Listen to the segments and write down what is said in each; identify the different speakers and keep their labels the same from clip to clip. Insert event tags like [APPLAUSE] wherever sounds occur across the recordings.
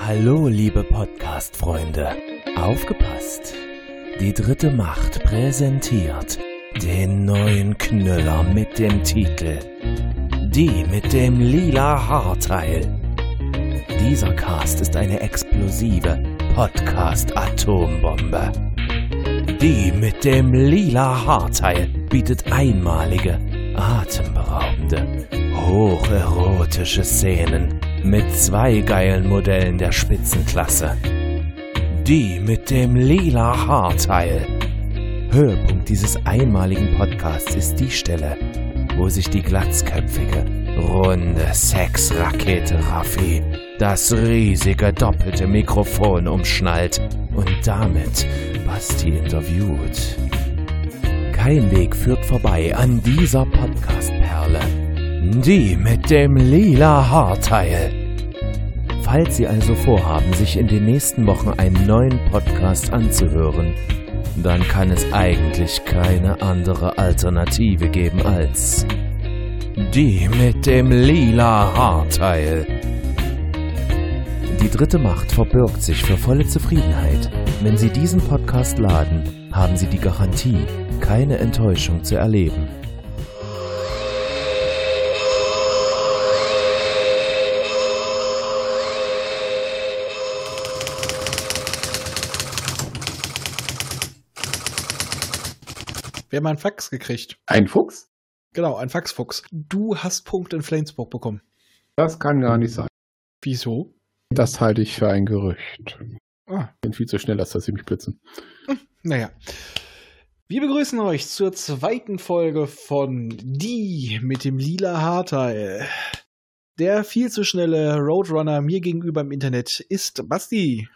Speaker 1: Hallo, liebe Podcast-Freunde. Aufgepasst! Die dritte Macht präsentiert den neuen Knüller mit dem Titel Die mit dem lila Haarteil. Dieser Cast ist eine explosive Podcast-Atombombe. Die mit dem lila Haarteil bietet einmalige, atemberaubende, hocherotische Szenen mit zwei geilen Modellen der Spitzenklasse. Die mit dem lila Haarteil. Höhepunkt dieses einmaligen Podcasts ist die Stelle, wo sich die glatzköpfige, runde Sexrakete Raffi das riesige doppelte Mikrofon umschnallt und damit Basti interviewt. Kein Weg führt vorbei an dieser Podcast-Perle. Die mit dem lila Haarteil. Falls Sie also vorhaben, sich in den nächsten Wochen einen neuen Podcast anzuhören, dann kann es eigentlich keine andere Alternative geben als die mit dem lila Haarteil. Die dritte Macht verbirgt sich für volle Zufriedenheit. Wenn Sie diesen Podcast laden, haben Sie die Garantie, keine Enttäuschung zu erleben.
Speaker 2: Wir haben einen Fax gekriegt.
Speaker 3: Ein Fuchs?
Speaker 2: Genau, ein Faxfuchs. Du hast Punkte in Flensburg bekommen.
Speaker 3: Das kann gar nicht sein.
Speaker 2: Wieso?
Speaker 3: Das halte ich für ein Gerücht.
Speaker 2: Ah,
Speaker 3: Ich bin viel zu schnell, als dass sie mich blitzen.
Speaker 2: naja. Wir begrüßen euch zur zweiten Folge von Die mit dem lila Haarteil. Der viel zu schnelle Roadrunner mir gegenüber im Internet ist Basti.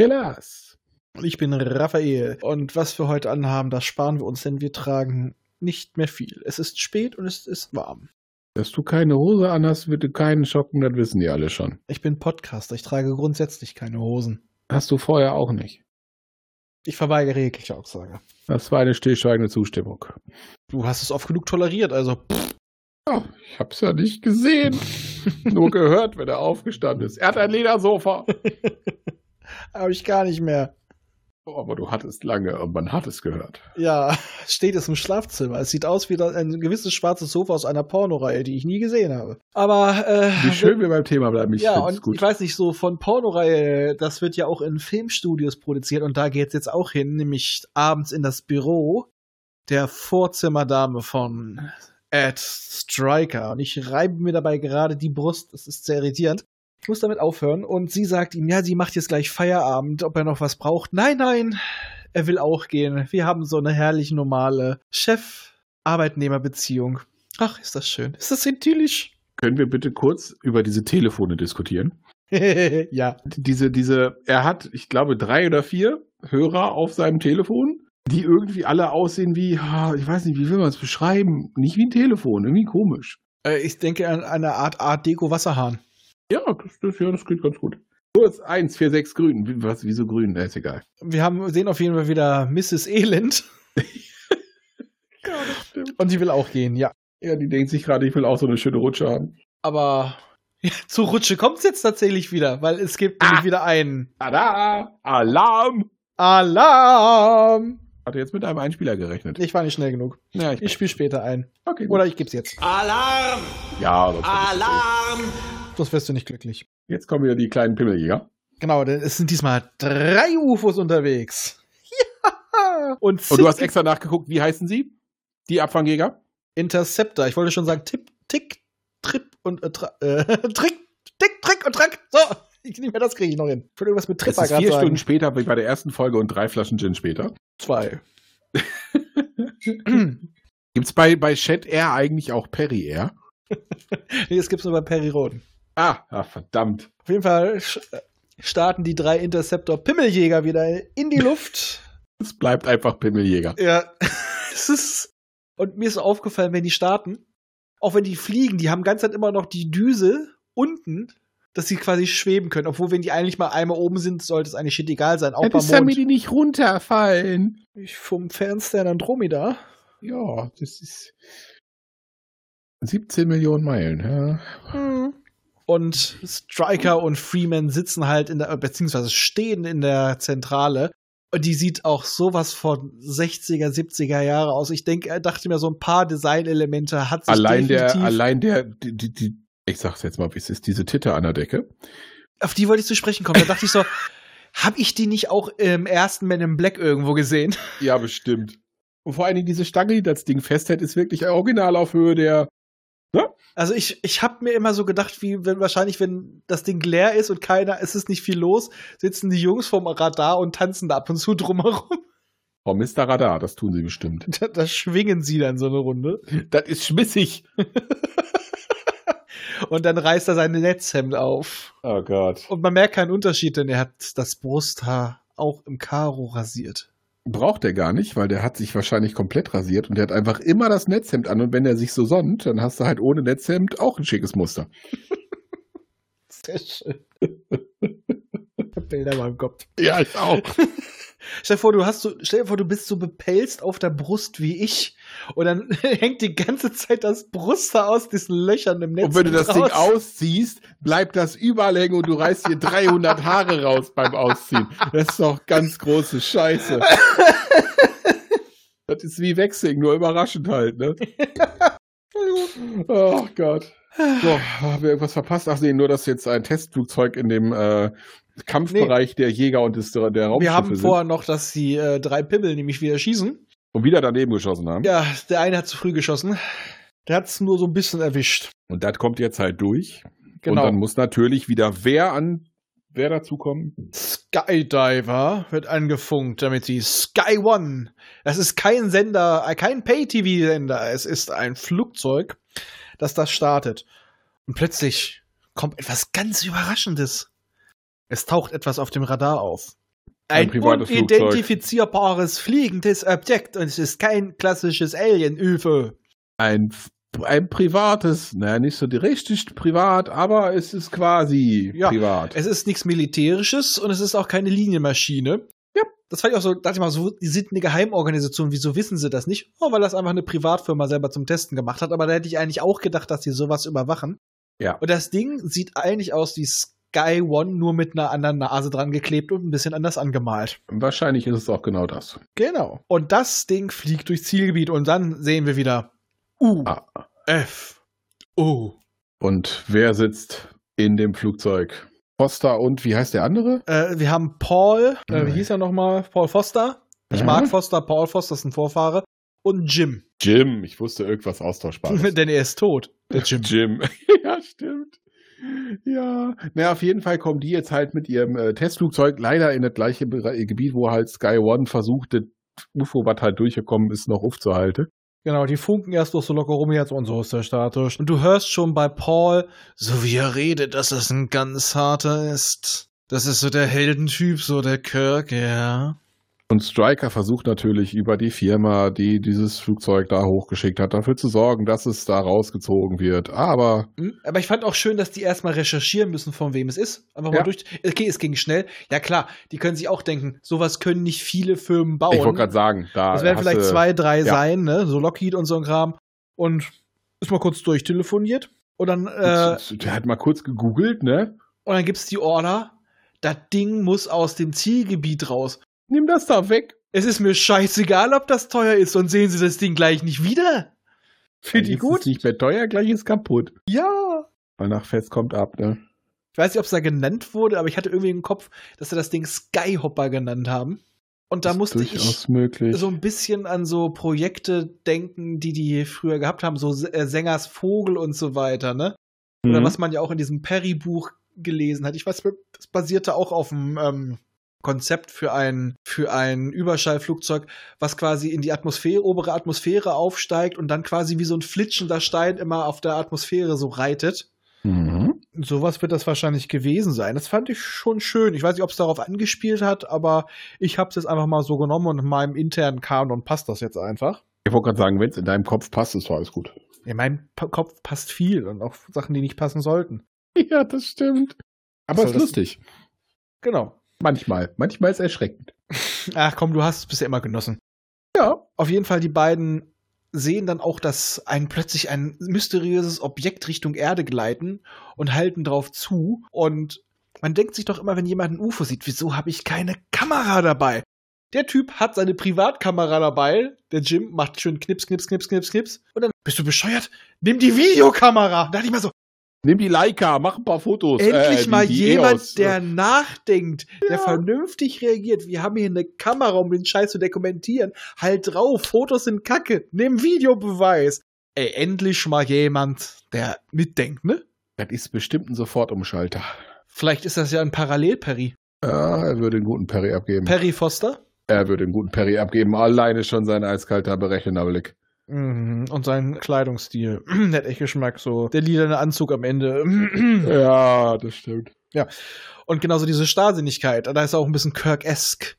Speaker 3: Helas!
Speaker 2: Und ich bin Raphael. Und was wir heute anhaben, das sparen wir uns, denn wir tragen nicht mehr viel. Es ist spät und es ist warm.
Speaker 3: Dass du keine Hose anhast, wird dir keinen schocken, das wissen die alle schon.
Speaker 2: Ich bin Podcaster, ich trage grundsätzlich keine Hosen.
Speaker 3: Hast du vorher auch nicht.
Speaker 2: Ich verweigere jegliche Aussage.
Speaker 3: Das war eine stillschweigende Zustimmung.
Speaker 2: Du hast es oft genug toleriert, also
Speaker 3: Ja, ich hab's ja
Speaker 2: [LAUGHS]
Speaker 3: nicht gesehen. Nur gehört, wenn er aufgestanden ist. Er hat ein Ledersofa.
Speaker 2: habe ich gar nicht mehr.
Speaker 3: Oh, aber du hattest lange und man hat es gehört.
Speaker 2: Ja, [LAUGHS] steht es im Schlafzimmer. Es sieht aus wie da- ein gewisses schwarzes Sofa aus einer Pornoreihe, die ich nie gesehen habe. Aber äh,
Speaker 3: Wie schön wir beim Thema bleiben. Ich
Speaker 2: ja,
Speaker 3: find's
Speaker 2: und
Speaker 3: gut.
Speaker 2: ich weiß nicht, so von Pornoreihe, das wird ja auch in Filmstudios produziert und da geht's jetzt auch hin, nämlich abends in das Büro der Vorzimmerdame von Ed Striker. Und ich reibe mir dabei gerade die Brust, das ist sehr irritierend. Ich muss damit aufhören und sie sagt ihm, ja, sie macht jetzt gleich Feierabend, ob er noch was braucht. Nein, nein, er will auch gehen. Wir haben so eine herrlich normale Chef-Arbeitnehmer-Beziehung. Ach, ist das schön. Ist das idyllisch? [LAUGHS]
Speaker 3: Können wir bitte kurz über diese Telefone diskutieren?
Speaker 2: ja.
Speaker 3: diese, diese, er hat, ich glaube, drei oder vier Hörer auf seinem Telefon, die irgendwie alle aussehen wie, ah, ich weiß nicht, wie will man es beschreiben? Nicht wie ein Telefon, irgendwie komisch.
Speaker 2: Äh, Ich denke an eine Art Art Deko Wasserhahn.
Speaker 3: Ja, das, das, ja, das geht ganz gut. Kurz eins, vier, sechs grün. Wie- Was, wieso grün? Na, ist egal.
Speaker 2: Wir haben, sehen auf jeden Fall wieder Mrs. Elend
Speaker 3: [LAUGHS] Ja, das stimmt.
Speaker 2: und die will auch gehen, ja.
Speaker 3: Ja, die denkt sich gerade, ich will auch so eine schöne Rutsche haben.
Speaker 2: Aber ja, zur Rutsche kommt es jetzt tatsächlich wieder, weil es gibt nämlich
Speaker 3: Ah.
Speaker 2: wieder einen
Speaker 3: Tada! Alarm!
Speaker 2: Alarm.
Speaker 3: Hatte jetzt mit einem Einspieler gerechnet.
Speaker 2: Ich war nicht schnell genug.
Speaker 3: Ja,
Speaker 2: Ich spiele später ein.
Speaker 3: okay, gut.
Speaker 2: Oder ich geb's jetzt.
Speaker 3: Ah!
Speaker 4: Alarm!
Speaker 3: ja, sonst-
Speaker 4: Alarm!
Speaker 2: Sonst wirst du nicht glücklich.
Speaker 3: jetzt kommen wieder die kleinen Pimmeljäger.
Speaker 2: Genau, denn es sind diesmal drei UFOs unterwegs. Ja. Und,
Speaker 3: Und Oh, du hast
Speaker 2: Sis-
Speaker 3: extra nachgeguckt, wie heißen sie? Die Abfangjäger?
Speaker 2: Interceptor. Ich wollte schon sagen, Tipp, Tick, Trip und äh, tra- äh, [LAUGHS] Trick, Tick, Trick und Track. So, [LAUGHS] ich nehme mir das kriege ich noch hin. Ich wollte irgendwas mit
Speaker 3: Es
Speaker 2: Tripper
Speaker 3: ist
Speaker 2: gerade
Speaker 3: vier
Speaker 2: sagen. [CLEARS THROAT]
Speaker 3: Stunden später wie bei der ersten Folge und drei Flaschen Gin später.
Speaker 2: zwei.
Speaker 3: Gibt es bei, bei Chat Air eigentlich auch Perry Air?
Speaker 2: nee, das gibt's nur bei Perry Roden.
Speaker 3: Ah, ah, verdammt.
Speaker 2: Auf jeden Fall sch- äh, starten die drei Interceptor Pimmeljäger wieder in die
Speaker 3: [LAUGHS]
Speaker 2: Luft.
Speaker 3: Es bleibt einfach Pimmeljäger.
Speaker 2: ja. [LAUGHS] es ist und mir ist aufgefallen, wenn die starten, auch wenn die fliegen, die haben ganz Zeit immer noch die Düse unten, dass sie quasi schweben können. Obwohl, wenn die eigentlich mal einmal oben sind, sollte es eigentlich shit egal sein. Auch beim Mond.
Speaker 3: die nicht runterfallen.
Speaker 2: Ich vom Fernstern Andromeda.
Speaker 3: Ja, das ist 17 Millionen Meilen. Ja.
Speaker 2: Und Striker und Freeman sitzen halt in der, beziehungsweise stehen in der Zentrale. Und die sieht auch sowas von 60er, 70er Jahre aus. Ich denke, dachte mir, so ein paar Designelemente hat sich
Speaker 3: Allein der,
Speaker 2: definitiv-
Speaker 3: allein der, die, die, die, ich sag's jetzt mal, wie es ist, diese Titte an der Decke.
Speaker 2: Auf die wollte ich zu sprechen kommen. Da dachte ich so, [LAUGHS] hab ich die nicht auch im ersten Man in Black irgendwo gesehen?
Speaker 3: Ja, bestimmt. Und vor allen Dingen diese Stange, die das Ding festhält, ist wirklich original auf Höhe der.
Speaker 2: Also ich, ich habe mir immer so gedacht, wie wenn wahrscheinlich, wenn das Ding leer ist und keiner, es ist nicht viel los, sitzen die Jungs vom Radar und tanzen da ab und zu drumherum. [LAUGHS]
Speaker 3: Oh, Mr. Radar, das tun sie bestimmt.
Speaker 2: Da, da schwingen sie dann so eine Runde.
Speaker 3: Das ist schmissig.
Speaker 2: Und dann reißt er sein Netzhemd auf.
Speaker 3: Oh Gott.
Speaker 2: Und man merkt keinen Unterschied, denn er hat das Brusthaar auch im Karo rasiert.
Speaker 3: Braucht er gar nicht, weil der hat sich wahrscheinlich komplett rasiert und der hat einfach immer das Netzhemd an. Und wenn er sich so sonnt, dann hast du halt ohne Netzhemd auch ein schickes Muster.
Speaker 2: Sehr schön. Ich hab Bilder in meinem Kopf.
Speaker 3: Ja, ich auch.
Speaker 2: Stell dir vor, du hast so, stell dir vor, du bist so bepelzt auf der Brust wie ich und dann [LAUGHS] hängt die ganze Zeit das Brusthaar aus diesen Löchern im Netz.
Speaker 3: Und wenn du das
Speaker 2: raus.
Speaker 3: Ding ausziehst, bleibt das überall hängen und du reißt dir 300 Haare raus beim Ausziehen. Das ist doch ganz
Speaker 2: [LAUGHS]
Speaker 3: große Scheiße. Das ist wie Waxing, nur überraschend halt, ne? Ach Gott. So, haben wir irgendwas verpasst? Ach nee, nur, dass jetzt ein Testflugzeug in dem äh, Kampfbereich der Jäger und des, der Raumschiffe
Speaker 2: Wir haben
Speaker 3: sind
Speaker 2: vorher noch, dass die äh, drei Pimmel nämlich wieder schießen.
Speaker 3: und wieder daneben geschossen haben.
Speaker 2: Ja, der eine hat zu früh geschossen. Der hat's nur so ein bisschen erwischt.
Speaker 3: Und das kommt jetzt halt durch.
Speaker 2: Genau.
Speaker 3: Und dann muss natürlich wieder wer an, wer dazukommen?
Speaker 2: Skydiver wird angefunkt, damit sie Sky One. Das ist kein Sender, äh, kein Pay-TV-Sender. Es ist ein Flugzeug, das das startet. Und plötzlich kommt etwas ganz Überraschendes. Es taucht etwas auf dem Radar auf.
Speaker 3: Ein
Speaker 2: Ein,
Speaker 3: privates Flugzeug.
Speaker 2: unidentifizierbares fliegendes Objekt und es ist kein klassisches Alien-UFO.
Speaker 3: ein, ein privates, naja, nicht so die- richtig privat, aber es ist quasi
Speaker 2: Ja,
Speaker 3: privat.
Speaker 2: Es ist nichts Militärisches und es ist auch keine Linienmaschine.
Speaker 3: Ja.
Speaker 2: Das fand ich auch so, dachte ich mal, so, die sind eine Geheimorganisation, wieso wissen sie das nicht? Oh, weil das einfach eine Privatfirma selber zum Testen gemacht hat, aber da hätte ich eigentlich auch gedacht, dass die sowas überwachen.
Speaker 3: Ja.
Speaker 2: Und das Ding sieht eigentlich aus wie Sky One, nur mit einer anderen Nase dran geklebt und ein bisschen anders angemalt.
Speaker 3: Wahrscheinlich ist es auch genau das.
Speaker 2: Genau. Und das Ding fliegt durchs Zielgebiet und dann sehen wir wieder U,
Speaker 3: Ah.
Speaker 2: F, O.
Speaker 3: Und wer sitzt in dem Flugzeug? Foster und wie heißt der andere?
Speaker 2: Äh, wir haben Paul, äh, wie
Speaker 3: Mhm.
Speaker 2: hieß er nochmal? Paul Foster. Ich
Speaker 3: Mhm.
Speaker 2: mag Foster, Paul Foster ist ein Vorfahre. Und Jim,
Speaker 3: Jim. Ich wusste irgendwas [LAUGHS]
Speaker 2: [LAUGHS]
Speaker 3: austauschbares.
Speaker 2: denn er ist tot. Der Jim.
Speaker 3: Jim. [LAUGHS] ja, stimmt. Ja, naja, auf jeden Fall kommen die jetzt halt mit ihrem äh, Testflugzeug leider in das gleiche Bere- Gebiet, wo halt Sky One versucht, das UFO, was halt durchgekommen ist, noch aufzuhalten.
Speaker 2: Genau, die funken erst noch so locker rum jetzt und so ist der Status. Und du hörst schon bei Paul, so wie er redet, dass das ein ganz harter ist. Das ist so der Heldentyp, so der Kirk, ja.
Speaker 3: Und Striker versucht natürlich über die Firma, die dieses Flugzeug da hochgeschickt hat, dafür zu sorgen, dass es da rausgezogen wird. Aber
Speaker 2: Hm, Aber ich fand auch schön, dass die erstmal recherchieren müssen, von wem es ist. Einfach mal
Speaker 3: Ja.
Speaker 2: durch. Okay, es ging schnell. Ja klar, die können sich auch denken, sowas können nicht viele Firmen bauen.
Speaker 3: ich wollte gerade sagen, Ah, da
Speaker 2: Das werden
Speaker 3: hast
Speaker 2: vielleicht
Speaker 3: du-
Speaker 2: zwei, drei
Speaker 3: ja.
Speaker 2: sein, ne? So Lockheed und so ein Kram. Und ist mal kurz durchtelefoniert. Und dann, äh,
Speaker 3: der hat mal kurz gegoogelt, ne?
Speaker 2: und dann gibt's die Order. Das Ding muss aus dem Zielgebiet raus.
Speaker 3: Nimm das da weg.
Speaker 2: Es ist mir scheißegal, ob das teuer ist, und sehen Sie das Ding gleich nicht wieder. Find
Speaker 3: Jetzt
Speaker 2: ich gut.
Speaker 3: Ist nicht mehr teuer, gleich ist kaputt.
Speaker 2: Ja.
Speaker 3: Weil nach Fest kommt ab, ne?
Speaker 2: Ich weiß nicht, ob es da genannt wurde, aber ich hatte irgendwie im Kopf, dass sie das Ding Skyhopper genannt haben. Und da
Speaker 3: ist
Speaker 2: musste ich
Speaker 3: durchaus möglich.
Speaker 2: so ein bisschen an so Projekte denken, die die früher gehabt haben, so äh, Sängers Vogel und so weiter, ne? Oder
Speaker 3: Mhm.
Speaker 2: was man ja auch in diesem Perry-Buch gelesen hat. Ich weiß, das basierte auch auf einem ähm, Konzept für ein, für ein Überschallflugzeug, was quasi in die Atmosphäre, obere Atmosphäre aufsteigt und dann quasi wie so ein flitschender Stein immer auf der Atmosphäre so reitet.
Speaker 3: Mhm.
Speaker 2: Sowas wird das wahrscheinlich gewesen sein. Das fand ich schon schön. Ich weiß nicht, ob es darauf angespielt hat, aber ich habe es jetzt einfach mal so genommen und in meinem internen Kanon passt das jetzt einfach.
Speaker 3: Ich wollte gerade sagen, wenn es in deinem Kopf passt, ist doch alles gut. [LAUGHS]
Speaker 2: In meinem Pa- Kopf passt viel und auch Sachen, die nicht passen sollten.
Speaker 3: Ja, das stimmt. Aber
Speaker 2: Soll
Speaker 3: es ist
Speaker 2: das-
Speaker 3: lustig.
Speaker 2: Genau.
Speaker 3: Manchmal. Manchmal ist es erschreckend.
Speaker 2: Ach komm, du hast es bisher immer genossen.
Speaker 3: Ja.
Speaker 2: Auf jeden Fall die beiden sehen dann auch, dass ein plötzlich ein mysteriöses Objekt Richtung Erde gleiten und halten drauf zu. Und man denkt sich doch immer, wenn jemand ein UFO sieht, wieso habe ich keine Kamera dabei? Der Typ hat seine Privatkamera dabei. Der Jim macht schön Knips, Knips, Knips, Knips, Knips. Und dann, bist du bescheuert? Nimm die Videokamera. Da dachte ich mal so,
Speaker 3: Nimm die Leica, mach ein paar Fotos.
Speaker 2: endlich
Speaker 3: äh, die-
Speaker 2: mal
Speaker 3: die
Speaker 2: jemand,
Speaker 3: EOS.
Speaker 2: der nachdenkt, der vernünftig reagiert. Wir haben hier eine Kamera, um den Scheiß zu dokumentieren. Halt drauf, Fotos sind kacke. Nimm Videobeweis. Ey, endlich mal jemand, der mitdenkt, ne?
Speaker 3: Das ist bestimmt ein Sofortumschalter.
Speaker 2: Vielleicht ist das ja ein Parallel-Perry.
Speaker 3: Ja, er würde einen guten Perry abgeben.
Speaker 2: Perry Foster?
Speaker 3: er würde einen guten Perry abgeben. Alleine schon sein eiskalter, berechnender Blick.
Speaker 2: Mhm, Und sein Kleidungsstil. [CLEARS THROAT] Hat echt Geschmack, so der lilane Anzug am [CLEARS THROAT] Ende.
Speaker 3: Ja, das stimmt.
Speaker 2: Und genauso diese Starrsinnigkeit. Da ist er auch ein bisschen Kirk-esk.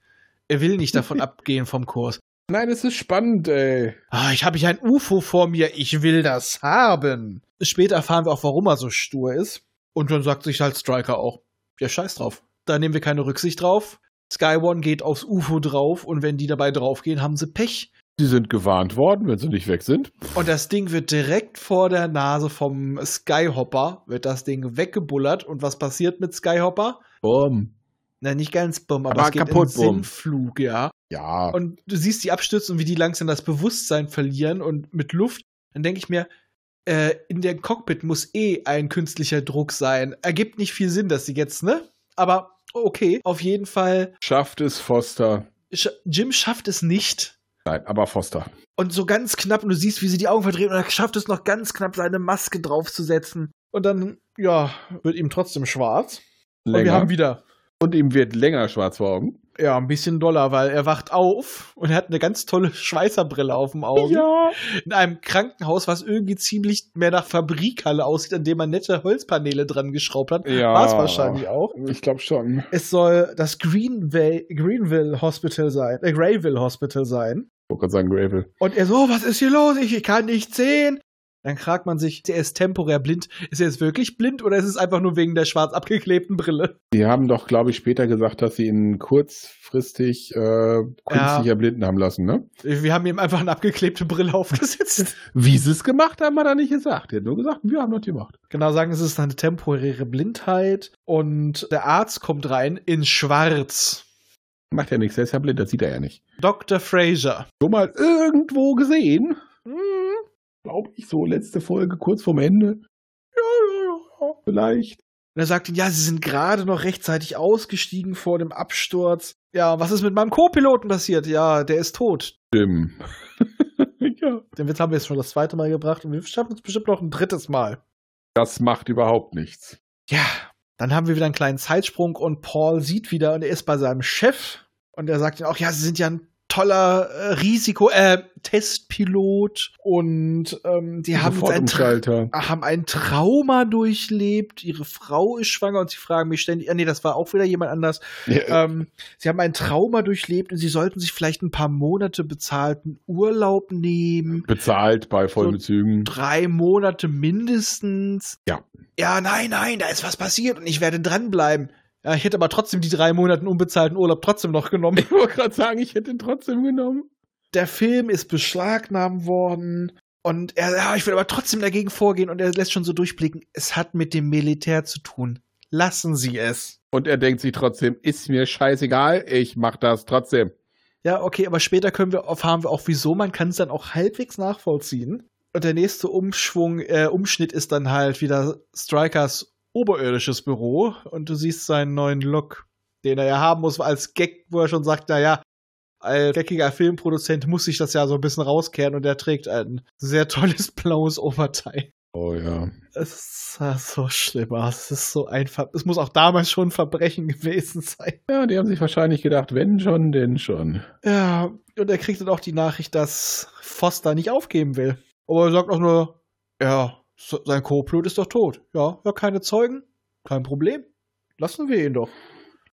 Speaker 2: Er will nicht [LAUGHS] davon abgehen vom Kurs.
Speaker 3: Nein, es ist spannend, ey.
Speaker 2: Ah, ich habe hier ein UFO vor mir, ich will das haben. Später erfahren wir auch, warum er so stur ist. Und dann sagt sich halt Striker auch, ja, scheiß drauf. Da nehmen wir keine Rücksicht drauf. Sky One geht aufs UFO drauf und wenn die dabei draufgehen, haben sie Pech.
Speaker 3: Sie sind gewarnt worden, wenn sie nicht weg sind.
Speaker 2: Und das Ding wird direkt vor der Nase vom Skyhopper, wird das Ding weggebullert. Und was passiert mit Skyhopper?
Speaker 3: Bumm.
Speaker 2: Na, nicht ganz bumm, aber,
Speaker 3: Aber
Speaker 2: es geht in
Speaker 3: kaputt, bumm.
Speaker 2: Sinnflug, ja.
Speaker 3: Ja.
Speaker 2: Und du siehst die abstürzen und wie die langsam das Bewusstsein verlieren und mit Luft, dann denke ich mir, äh, in der Cockpit muss eh ein künstlicher Druck sein. Ergibt nicht viel Sinn, dass sie jetzt, ne? Aber okay, auf jeden Fall.
Speaker 3: schafft es Foster.
Speaker 2: Sch Jim schafft es nicht.
Speaker 3: Nein, aber Foster.
Speaker 2: Und so ganz knapp, und du siehst, wie sie die Augen verdreht, und er schafft es noch ganz knapp, seine Maske draufzusetzen. Und dann, ja, wird ihm trotzdem schwarz. Und wir
Speaker 3: Länger.
Speaker 2: haben wieder
Speaker 3: Und ihm wird länger schwarz vor Augen.
Speaker 2: Ja, ein bisschen doller, weil er wacht auf und er hat eine ganz tolle [LAUGHS] Schweißerbrille auf dem Auge.
Speaker 3: Ja.
Speaker 2: In einem Krankenhaus, was irgendwie ziemlich mehr nach Fabrikhalle aussieht, an dem man nette Holzpaneele dran geschraubt hat.
Speaker 3: Ja.
Speaker 2: War es wahrscheinlich auch.
Speaker 3: Ich glaube schon.
Speaker 2: Es soll das Greenway, Greenville Hospital sein, äh, Grayville Hospital sein.
Speaker 3: Ich wollte gerade sagen, Gravel.
Speaker 2: Und er so, "Oh, was ist hier los? Ich, ich kann nicht sehen. Dann fragt man sich, er ist temporär blind. Ist er jetzt wirklich blind oder ist es einfach nur wegen der schwarz abgeklebten Brille?
Speaker 3: Die haben doch, glaube ich, später gesagt, dass sie ihn kurzfristig äh, künstlich erblinden haben lassen, ne?
Speaker 2: Wir haben ihm einfach eine abgeklebte Brille [LAUGHS] aufgesetzt.
Speaker 3: Wie sie es gemacht haben, hat er nicht gesagt. Er hat nur gesagt, wir haben das gemacht.
Speaker 2: Genau sagen, es ist eine temporäre Blindheit und der Arzt kommt rein in Schwarz.
Speaker 3: Macht ja nichts, er ist ja blind, das sieht er ja nicht.
Speaker 2: Dr. Fraser.
Speaker 3: Schon mal irgendwo gesehen? Glaube ich so, letzte Folge, kurz vorm Ende. Vielleicht.
Speaker 2: Und er sagt ihm, ja, sie sind gerade noch rechtzeitig ausgestiegen vor dem Absturz. Ja, was ist mit meinem Co-Piloten passiert? Ja, der ist tot.
Speaker 3: Stimmt. [LAUGHS] ja.
Speaker 2: Den Witz haben wir jetzt schon das zweite Mal gebracht und wir schaffen es bestimmt noch ein drittes Mal.
Speaker 3: Das macht überhaupt nichts.
Speaker 2: Ja, dann haben wir wieder einen kleinen Zeitsprung und Paul sieht wieder und er ist bei seinem Chef und er sagt ihm auch, ja, sie sind ja ein toller äh, Risiko, äh, Testpilot und ähm, die haben jetzt ein Tra
Speaker 3: Sofortumschalter.
Speaker 2: haben ein Trauma durchlebt, ihre Frau ist schwanger und sie fragen mich ständig, ah nee, das war auch wieder jemand anders.
Speaker 3: Ja,
Speaker 2: Ähm, sie haben ein Trauma durchlebt und sie sollten sich vielleicht ein paar Monate bezahlten Urlaub nehmen.
Speaker 3: bezahlt bei vollen Bezügen.
Speaker 2: Drei Monate mindestens.
Speaker 3: Ja.
Speaker 2: Ja, nein, nein, da ist was passiert und ich werde dranbleiben. Ja, ich hätte aber trotzdem die drei Monate unbezahlten Urlaub trotzdem noch genommen.
Speaker 3: [LAUGHS] [LAUGHS] Ich wollte gerade sagen, ich hätte ihn trotzdem genommen.
Speaker 2: der Film ist beschlagnahmt worden. Und er, ja, ich will aber trotzdem dagegen vorgehen und er lässt schon so durchblicken, es hat mit dem Militär zu tun. Lassen Sie es.
Speaker 3: Und er denkt sich trotzdem, ist mir scheißegal, ich mach das trotzdem.
Speaker 2: Ja, okay, aber später können wir erfahren wir auch, wieso man kann es dann auch halbwegs nachvollziehen. Und der nächste Umschwung, äh, Umschnitt ist dann halt wieder Strikers oberirdisches Büro und du siehst seinen neuen Look, den er ja haben muss als Gag, wo er schon sagt, naja, als geckiger Filmproduzent muss ich das ja so ein bisschen rauskehren und er trägt ein sehr tolles [LAUGHS] blaues Oberteil.
Speaker 3: Oh ja.
Speaker 2: Es sah so schlimm aus. Es ist so einfach. Es muss auch damals schon ein Verbrechen [LAUGHS] gewesen sein.
Speaker 3: Ja, die haben sich wahrscheinlich gedacht, wenn schon, denn schon.
Speaker 2: Ja, und er kriegt dann auch die Nachricht, dass Foster nicht aufgeben will. Aber er sagt auch nur, ja, so- sein Co-Pilot ist doch tot. Ja, ja, keine Zeugen, kein Problem. Lassen wir ihn doch.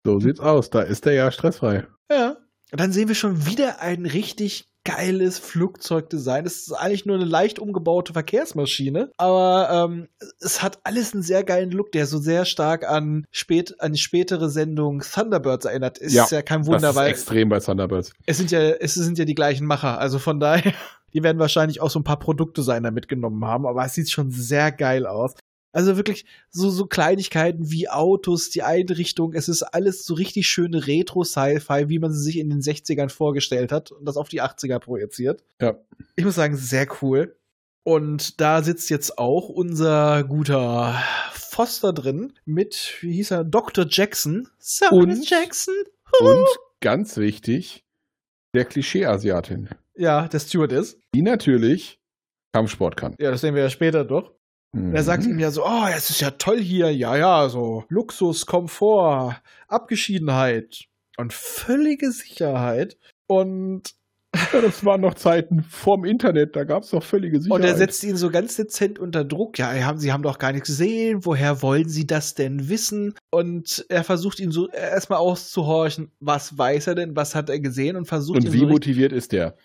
Speaker 3: So sieht's aus, da ist er ja stressfrei.
Speaker 2: Ja. Und dann sehen wir schon wieder ein richtig geiles Flugzeugdesign. Es ist eigentlich nur eine leicht umgebaute Verkehrsmaschine, aber ähm, es hat alles einen sehr geilen Look, der so sehr stark an, spät, an die spätere Sendung Thunderbirds erinnert. Ist ja,
Speaker 3: Ja,
Speaker 2: kein
Speaker 3: Das
Speaker 2: Wunder,
Speaker 3: ist
Speaker 2: weil [LAUGHS]
Speaker 3: extrem bei Thunderbirds.
Speaker 2: es sind ja es sind ja die gleichen Macher. Also von daher, [LAUGHS] Die werden wahrscheinlich auch so ein paar Produktdesigner mitgenommen haben, aber es sieht schon sehr geil aus. Also wirklich so, so Kleinigkeiten wie Autos, die Einrichtung, es ist alles so richtig schöne Retro-Sci-Fi, wie man sie sich in den 60ern vorgestellt hat und das auf die 80er projiziert.
Speaker 3: Ja.
Speaker 2: Ich muss sagen, sehr cool. Und da sitzt jetzt auch unser guter Foster drin mit, wie hieß er, Dr. Jackson. Samuel
Speaker 3: Und-
Speaker 2: Jackson?
Speaker 3: Und ganz wichtig, der Klischee-Asiatin,
Speaker 2: Ja, der Steward ist.
Speaker 3: die natürlich Kampfsport kann. Mhm.
Speaker 2: Ja, das sehen wir ja später doch. Er sagt ihm ja so, oh, es ist ja toll hier, ja, ja, so Luxus, Komfort, Abgeschiedenheit und völlige Sicherheit. Und,
Speaker 3: ja, [LAUGHS] das waren noch Zeiten vorm Internet, da gab es noch völlige Sicherheit.
Speaker 2: und er setzt ihn so ganz dezent unter Druck. Ja, haben, sie haben doch gar nichts gesehen, woher wollen sie das denn wissen? Und er versucht ihm so erstmal auszuhorchen, was weiß er denn, was hat er gesehen und versucht
Speaker 3: und
Speaker 2: ihm
Speaker 3: wie
Speaker 2: so richtig-
Speaker 3: motiviert ist der?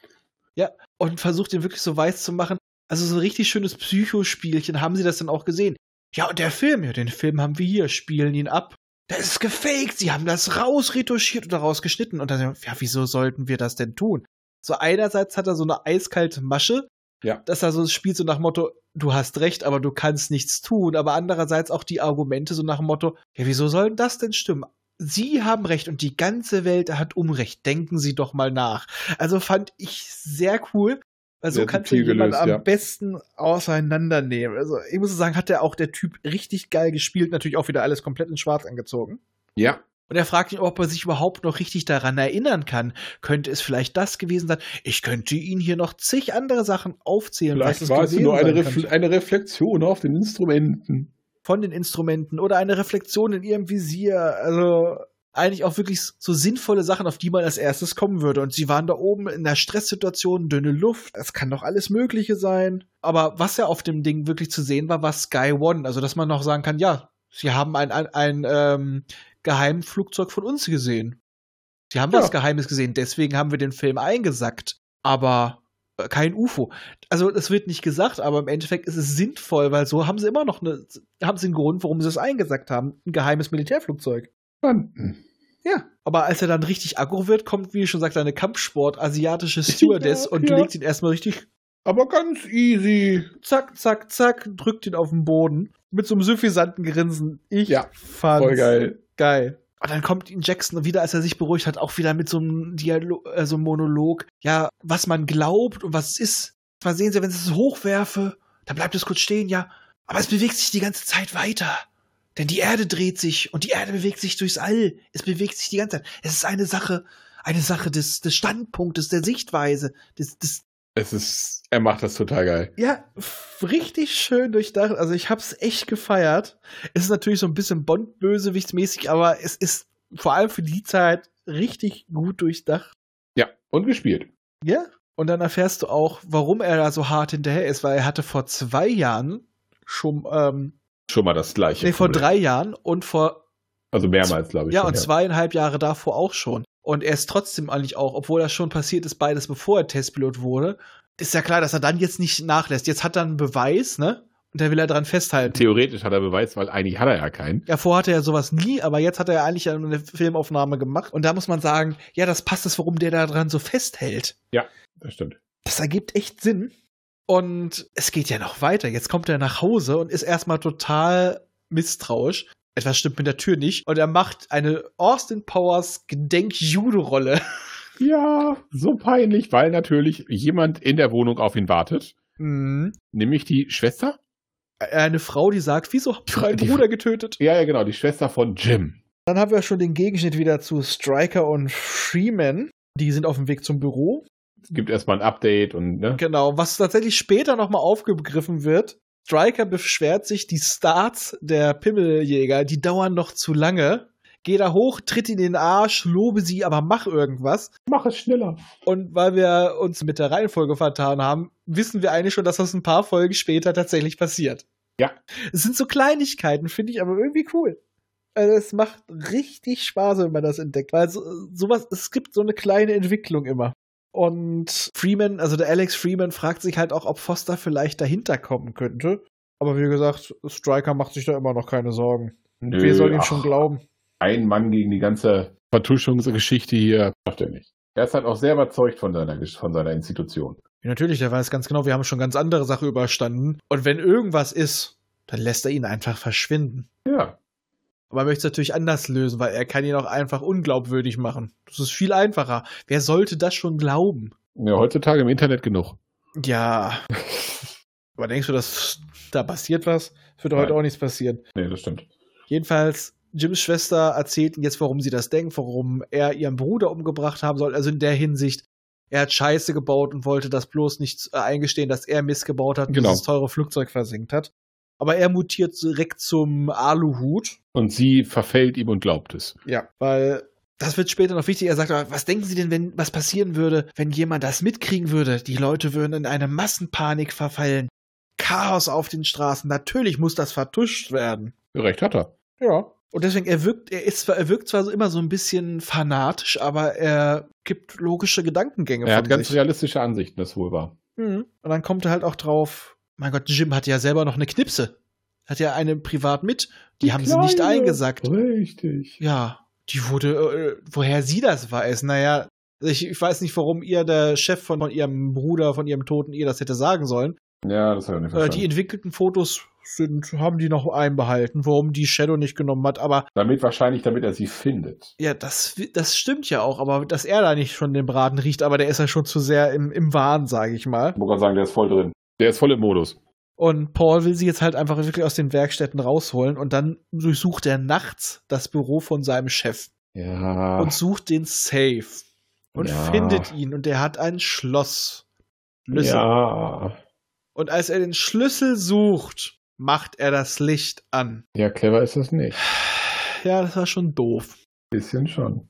Speaker 2: und versucht ihn wirklich so weiß zu machen. Also so ein richtig schönes Psychospielchen. Haben Sie das denn auch gesehen? Ja, und der Film, ja, den Film haben wir hier, spielen ihn ab. Das ist gefaked, sie haben das rausretuschiert oder rausgeschnitten. Und dann, ja, wieso sollten wir das denn tun? So einerseits hat er so eine eiskalte Masche,
Speaker 3: Ja.
Speaker 2: dass er so das Spiel so nach Motto, du hast recht, aber du kannst nichts tun. Aber andererseits auch die Argumente so nach dem Motto, ja, wieso soll das denn stimmen? Sie haben recht und die ganze Welt hat Unrecht. Denken Sie doch mal nach. Also fand ich sehr cool. Also weil so
Speaker 3: Sehr
Speaker 2: kannst du
Speaker 3: subtil
Speaker 2: jemanden
Speaker 3: gelöst,
Speaker 2: am
Speaker 3: ja.
Speaker 2: besten auseinandernehmen. Also ich muss sagen, hat der auch der Typ richtig geil gespielt, natürlich auch wieder alles komplett in Schwarz angezogen.
Speaker 3: Ja.
Speaker 2: Und er fragt ihn, ob er sich überhaupt noch richtig daran erinnern kann. Könnte es vielleicht das gewesen sein? Ich könnte Ihnen hier noch zig andere Sachen aufzählen.
Speaker 3: Vielleicht war es nur eine,
Speaker 2: sein
Speaker 3: Refle
Speaker 2: könnte.
Speaker 3: eine Reflexion auf den Instrumenten.
Speaker 2: von den Instrumenten oder eine Reflexion in Ihrem Visier. Also eigentlich auch wirklich so sinnvolle Sachen, auf die man als erstes kommen würde. Und sie waren da oben in einer Stresssituation, dünne Luft. Es kann doch alles Mögliche sein. Aber was ja auf dem Ding wirklich zu sehen war, war Sky One. Also dass man noch sagen kann, ja, sie haben ein, ein, ein ähm, Geheimflugzeug von uns gesehen. Sie haben
Speaker 3: Ja.
Speaker 2: was Geheimes gesehen, deswegen haben wir den Film eingesackt. Aber äh, kein UFO. Also, das wird nicht gesagt, aber im Endeffekt ist es sinnvoll, weil so haben sie immer noch eine, haben sie einen Grund, warum sie es eingesackt haben. Ein geheimes Militärflugzeug.
Speaker 3: Banden.
Speaker 2: Ja. Aber als er dann richtig aggro wird, kommt, wie ich schon sagte, eine Kampfsport-asiatische Stewardess
Speaker 3: [LAUGHS] Ja,
Speaker 2: und
Speaker 3: ja.
Speaker 2: legt ihn erstmal richtig
Speaker 3: Aber ganz easy.
Speaker 2: zack, zack, zack, drückt ihn auf den Boden. Mit so einem suffisanten Grinsen. Ich
Speaker 3: Ja,
Speaker 2: fand's
Speaker 3: Voll geil.
Speaker 2: geil. Und dann kommt ihn Jackson wieder, als er sich beruhigt hat, auch wieder mit so einem Dialog, äh, so einem Monolog. Ja, was man glaubt und was es ist. Mal sehen Sie, wenn ich es hochwerfe, dann bleibt es kurz stehen, ja. Aber es bewegt sich die ganze Zeit weiter. Denn die Erde dreht sich und die Erde bewegt sich durchs All. Es bewegt sich die ganze Zeit. Es ist eine Sache, eine Sache des, des Standpunktes, der Sichtweise, des, des,
Speaker 3: Es ist, er macht das total geil.
Speaker 2: ja, f- richtig schön durchdacht. Also ich hab's echt gefeiert. Es ist natürlich so ein bisschen Bond-Bösewichtsmäßig, aber es ist vor allem für die Zeit richtig gut durchdacht.
Speaker 3: Ja, und gespielt.
Speaker 2: Ja. Und dann erfährst du auch, warum er da so hart hinterher ist, weil er hatte vor zwei Jahren schon, ähm,
Speaker 3: Schon mal das gleiche.
Speaker 2: nee, vor
Speaker 3: Problem.
Speaker 2: drei Jahren und vor,
Speaker 3: Also mehrmals, glaube ich.
Speaker 2: ja,
Speaker 3: schon,
Speaker 2: und zweieinhalb Jahre davor auch schon. Und er ist trotzdem eigentlich auch, obwohl das schon passiert ist, beides bevor er Testpilot wurde, ist ja klar, dass er dann jetzt nicht nachlässt. Jetzt hat er einen Beweis, ne? Und da will er dran festhalten.
Speaker 3: Theoretisch hat er Beweis, weil eigentlich hat er ja keinen.
Speaker 2: Ja, vorher hatte er sowas nie, aber jetzt hat er ja eigentlich eine Filmaufnahme gemacht. Und da muss man sagen, ja, das passt es, warum der da dran so festhält.
Speaker 3: Das stimmt.
Speaker 2: Das ergibt echt Sinn. Und es geht ja noch weiter. Jetzt kommt er nach Hause und ist erstmal total misstrauisch. Etwas stimmt mit der Tür nicht. Und er macht eine Austin Powers Gedenk-Judo-Rolle.
Speaker 3: Ja, so peinlich, weil natürlich jemand in der Wohnung auf ihn wartet.
Speaker 2: Mhm.
Speaker 3: Nämlich die Schwester?
Speaker 2: Eine Frau, die sagt, wieso habt ihr meinen
Speaker 3: Die-
Speaker 2: Bruder getötet?
Speaker 3: Ja, ja, genau, die Schwester von Jim.
Speaker 2: Dann haben wir schon den Gegenschnitt wieder zu Striker und Freeman. Die sind auf dem Weg zum Büro.
Speaker 3: Es gibt erstmal ein Update und, ne?
Speaker 2: Genau, was tatsächlich später nochmal aufgegriffen wird. Striker beschwert sich, die Starts der Pimmeljäger, die dauern noch zu lange. Geh da hoch, tritt in den Arsch, lobe sie, aber mach irgendwas.
Speaker 3: Mach es schneller.
Speaker 2: Und weil wir uns mit der Reihenfolge vertan haben, wissen wir eigentlich schon, dass das ein paar Folgen später tatsächlich passiert.
Speaker 3: Ja.
Speaker 2: Es sind so Kleinigkeiten, finde ich aber irgendwie cool. Also es macht richtig Spaß, wenn man das entdeckt. Weil so, sowas, es gibt so eine kleine Entwicklung immer. Und Freeman, also der Alex Freeman, fragt sich halt auch, ob Foster vielleicht dahinter kommen könnte. Aber wie gesagt, Striker macht sich da immer noch keine Sorgen.
Speaker 3: Nö,
Speaker 2: Wir sollen ihm
Speaker 3: ach,
Speaker 2: schon glauben.
Speaker 3: Ein Mann gegen die ganze Vertuschungsgeschichte hier. Macht er nicht. Er ist halt auch sehr überzeugt von seiner, Gesch- von seiner Institution.
Speaker 2: Natürlich, der weiß ganz genau, wir haben schon ganz andere Sachen überstanden. Und wenn irgendwas ist, dann lässt er ihn einfach verschwinden.
Speaker 3: Ja.
Speaker 2: Aber er möchte es natürlich anders lösen, weil er kann ihn auch einfach unglaubwürdig machen. Das ist viel einfacher. Wer sollte das schon glauben?
Speaker 3: ja, heutzutage im Internet genug.
Speaker 2: Ja. Aber denkst du, dass da passiert was? Es Wird heute
Speaker 3: Nein.
Speaker 2: auch nichts passieren.
Speaker 3: Nee, das stimmt.
Speaker 2: Jedenfalls, Jims Schwester erzählt ihm jetzt, warum sie das denkt, warum er ihren Bruder umgebracht haben soll. Also in der Hinsicht, er hat Scheiße gebaut und wollte das bloß nicht äh, eingestehen, dass er Mist gebaut hat und
Speaker 3: Genau.
Speaker 2: dieses teure Flugzeug versenkt hat. Aber er mutiert direkt zum Aluhut.
Speaker 3: Und sie verfällt ihm und glaubt es.
Speaker 2: Ja. Weil das wird später noch wichtig. Er sagt, aber was denken Sie denn, wenn was passieren würde, wenn jemand das mitkriegen würde? Die Leute würden in eine Massenpanik verfallen. Chaos auf den Straßen. Natürlich muss das vertuscht werden.
Speaker 3: Recht hat er.
Speaker 2: Ja. Und deswegen, er wirkt, er ist zwar, er wirkt zwar so immer so ein bisschen fanatisch, aber er gibt logische Gedankengänge
Speaker 3: Er hat
Speaker 2: von
Speaker 3: ganz
Speaker 2: sich.
Speaker 3: realistische Ansichten, das wohl war.
Speaker 2: Mhm. Und dann kommt er halt auch drauf, mein Gott, Jim hat ja selber noch eine Knipse. Hat ja eine privat mit, die, haben sie nicht eingesackt.
Speaker 3: Richtig.
Speaker 2: Ja, die wurde, äh, woher sie das weiß, naja, ich, ich weiß nicht, warum ihr der Chef von, von ihrem Bruder, von ihrem Toten, ihr das hätte sagen sollen.
Speaker 3: Ja, das hat er nicht
Speaker 2: Äh,
Speaker 3: verstanden.
Speaker 2: die entwickelten Fotos sind, haben die noch einbehalten, warum die Shadow nicht genommen hat, aber
Speaker 3: damit wahrscheinlich, damit er sie findet.
Speaker 2: ja, das, das stimmt ja auch, aber dass er da nicht schon den Braten riecht, aber der ist ja schon zu sehr im, im Wahn, sage ich mal.
Speaker 3: Ich muss gerade sagen, der ist voll drin. Der ist voll im Modus.
Speaker 2: Und Paul will sie jetzt halt einfach wirklich aus den Werkstätten rausholen und dann durchsucht er nachts das Büro von seinem Chef
Speaker 3: Ja.
Speaker 2: und sucht den Safe und
Speaker 3: Ja.
Speaker 2: findet ihn und der hat ein Schloss. Schlüssel.
Speaker 3: Ja.
Speaker 2: Und als er den Schlüssel sucht, macht er das Licht an.
Speaker 3: Ja, clever ist das nicht.
Speaker 2: Ja, das war schon doof.
Speaker 3: Bisschen schon.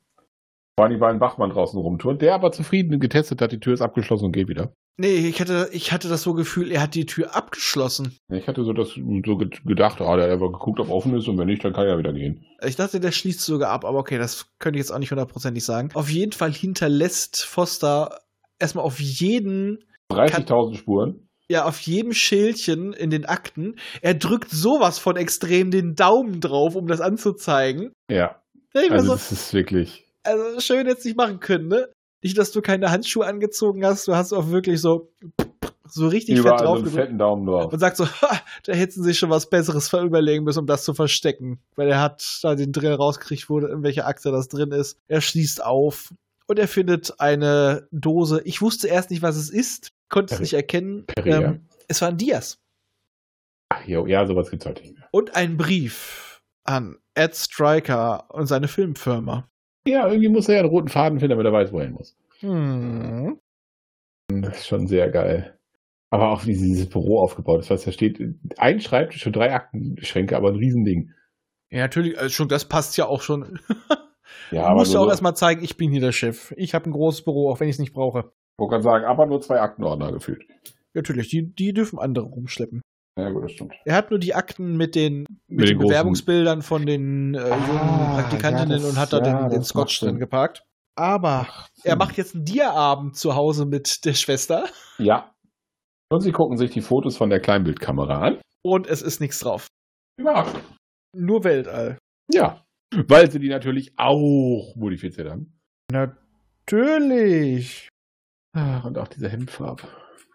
Speaker 3: Vor allem, weil ein Bachmann draußen rumturnt, der aber zufrieden getestet hat, die Tür ist abgeschlossen und geht wieder.
Speaker 2: Nee, ich hatte, ich hatte das so Gefühl, er hat die Tür abgeschlossen.
Speaker 3: Ich hatte so das so ge- gedacht, ah, der hat aber geguckt, ob offen ist und wenn nicht, dann kann er wieder gehen.
Speaker 2: Ich dachte, der schließt sogar ab, aber okay, das könnte ich jetzt auch nicht hundertprozentig sagen. Auf jeden Fall hinterlässt Foster erstmal auf jeden,
Speaker 3: 30.000 Spuren.
Speaker 2: ja, auf jedem Schildchen in den Akten. Er drückt sowas von extrem den Daumen drauf, um das anzuzeigen.
Speaker 3: Ja,
Speaker 2: Ja, ich war
Speaker 3: also
Speaker 2: so,
Speaker 3: das ist wirklich.
Speaker 2: also schön jetzt nicht machen können, ne? Nicht, dass du keine Handschuhe angezogen hast, du hast auch wirklich so, so richtig fett
Speaker 3: Überall so
Speaker 2: drauf
Speaker 3: einen fetten Daumen drauf. Also
Speaker 2: und sagt so, [LAUGHS] ha, da hätten sie sich schon was Besseres ver- überlegen müssen, um das zu verstecken. Weil er hat da den Drill rausgekriegt, wo, in welcher Akte das drin ist. Er schließt auf und er findet eine Dose. Ich wusste erst nicht, was es ist, konnte es
Speaker 3: Perrier.
Speaker 2: nicht erkennen. Ähm,
Speaker 3: Perrier.
Speaker 2: es waren Dias.
Speaker 3: Ach, jo, ja, sowas gibt's heute nicht mehr.
Speaker 2: Und ein Brief an Ed Stryker und seine Filmfirma.
Speaker 3: Ja, irgendwie muss er ja einen roten Faden finden, damit er weiß, wo er hin muss.
Speaker 2: Hm.
Speaker 3: Das ist schon sehr geil. Aber auch wie sie dieses Büro aufgebaut ist, was da steht. Ein Schreibtisch und drei Aktenschränke, aber ein Riesending.
Speaker 2: Ja, natürlich, also schon, das passt ja auch schon.
Speaker 3: Ja,
Speaker 2: du
Speaker 3: aber
Speaker 2: musst ja
Speaker 3: nur,
Speaker 2: auch erstmal zeigen, ich bin hier der Chef. Ich habe ein großes Büro, auch wenn ich es nicht brauche.
Speaker 3: wollte gerade sagen, aber nur zwei Aktenordner gefühlt.
Speaker 2: Natürlich, die, die dürfen andere rumschleppen.
Speaker 3: Ja, gut, das stimmt.
Speaker 2: Er hat nur die Akten mit den, mit
Speaker 3: Mit den
Speaker 2: den
Speaker 3: großen-
Speaker 2: Bewerbungsbildern von den äh, jungen
Speaker 3: Ah,
Speaker 2: Praktikantinnen
Speaker 3: ja, das-
Speaker 2: und hat da
Speaker 3: ja,
Speaker 2: den, den
Speaker 3: das
Speaker 2: Scotch
Speaker 3: macht Sinn.
Speaker 2: drin geparkt. Aber er macht jetzt einen Dia-Abend zu Hause mit der Schwester
Speaker 3: Ja. Und sie gucken sich die Fotos von der Kleinbildkamera an.
Speaker 2: und es ist nichts drauf.
Speaker 3: Überraschend.
Speaker 2: Nur Weltall.
Speaker 3: Ja. Weil sie die natürlich auch modifiziert haben.
Speaker 2: Natürlich.
Speaker 3: Ach, und auch diese Hemdfarbe.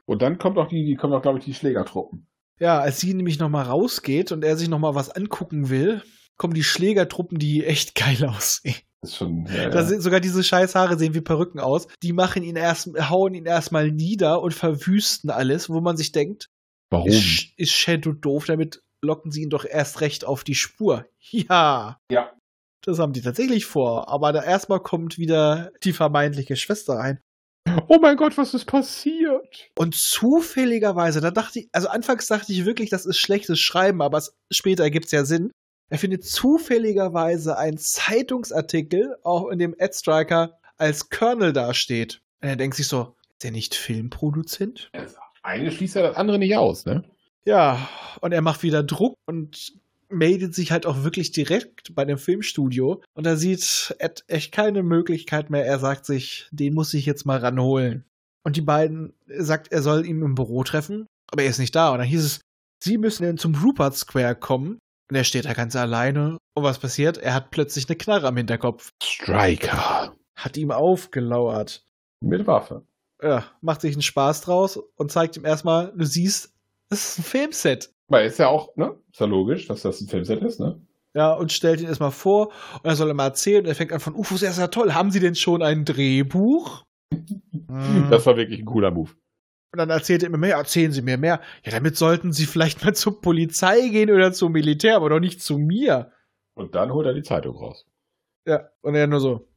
Speaker 3: Und dann kommt auch die, die kommen auch, glaube ich, die Schlägertruppen.
Speaker 2: Ja, als sie nämlich nochmal rausgeht und er sich nochmal was angucken will, kommen die Schlägertruppen, die echt geil [LAUGHS] aussehen.
Speaker 3: Das ist schon. äh, Ja,
Speaker 2: Da sind sogar diese scheiß Haare sehen wie Perücken aus. Die machen ihn erst, hauen ihn erstmal nieder und verwüsten alles, wo man sich denkt,
Speaker 3: Warum?
Speaker 2: Ist, ist Shadow doof, damit locken sie ihn doch erst recht auf die Spur. [LAUGHS] Ja.
Speaker 3: Ja.
Speaker 2: Das haben die tatsächlich vor. Aber da erstmal kommt wieder die vermeintliche Schwester ein.
Speaker 3: Oh mein Gott, was ist passiert?
Speaker 2: Und zufälligerweise, da dachte ich, also anfangs dachte ich wirklich, das ist schlechtes Schreiben, aber es, später ergibt es ja Sinn. Er findet zufälligerweise einen Zeitungsartikel, auch in dem Ed Striker als Colonel dasteht. Und er denkt sich so, ist der nicht Filmproduzent?
Speaker 3: Eine schließt ja das andere nicht aus, ne?
Speaker 2: Ja, und er macht wieder Druck und meldet sich halt auch wirklich direkt bei dem Filmstudio. Und da sieht Ed echt keine Möglichkeit mehr. Er sagt sich, den muss ich jetzt mal ranholen. Und die beiden er sagt, er soll ihn im Büro treffen, aber er ist nicht da. Und dann hieß es, sie müssen denn zum Rupert Square kommen. Und er steht da ganz alleine. Und was passiert? Er hat plötzlich eine Knarre am Hinterkopf.
Speaker 3: Striker.
Speaker 2: Hat ihm aufgelauert.
Speaker 3: Mit Waffe.
Speaker 2: ja, macht sich einen Spaß draus und zeigt ihm erstmal, du siehst, es ist ein Filmset.
Speaker 3: Weil ist ja auch, ne? Ist ja logisch, dass das ein Filmset ist, ne?
Speaker 2: Ja, und stellt ihn erstmal vor und er soll ihm mal erzählen und er fängt an von UFOs, er ist ja toll, haben Sie denn schon ein Drehbuch? Hm.
Speaker 3: Das war wirklich ein cooler Move.
Speaker 2: Und dann erzählt er immer mehr, erzählen Sie mir mehr. Ja, damit sollten Sie vielleicht mal zur Polizei gehen oder zum Militär, aber doch nicht zu mir.
Speaker 3: Und dann holt er die Zeitung raus.
Speaker 2: Ja, und er nur so,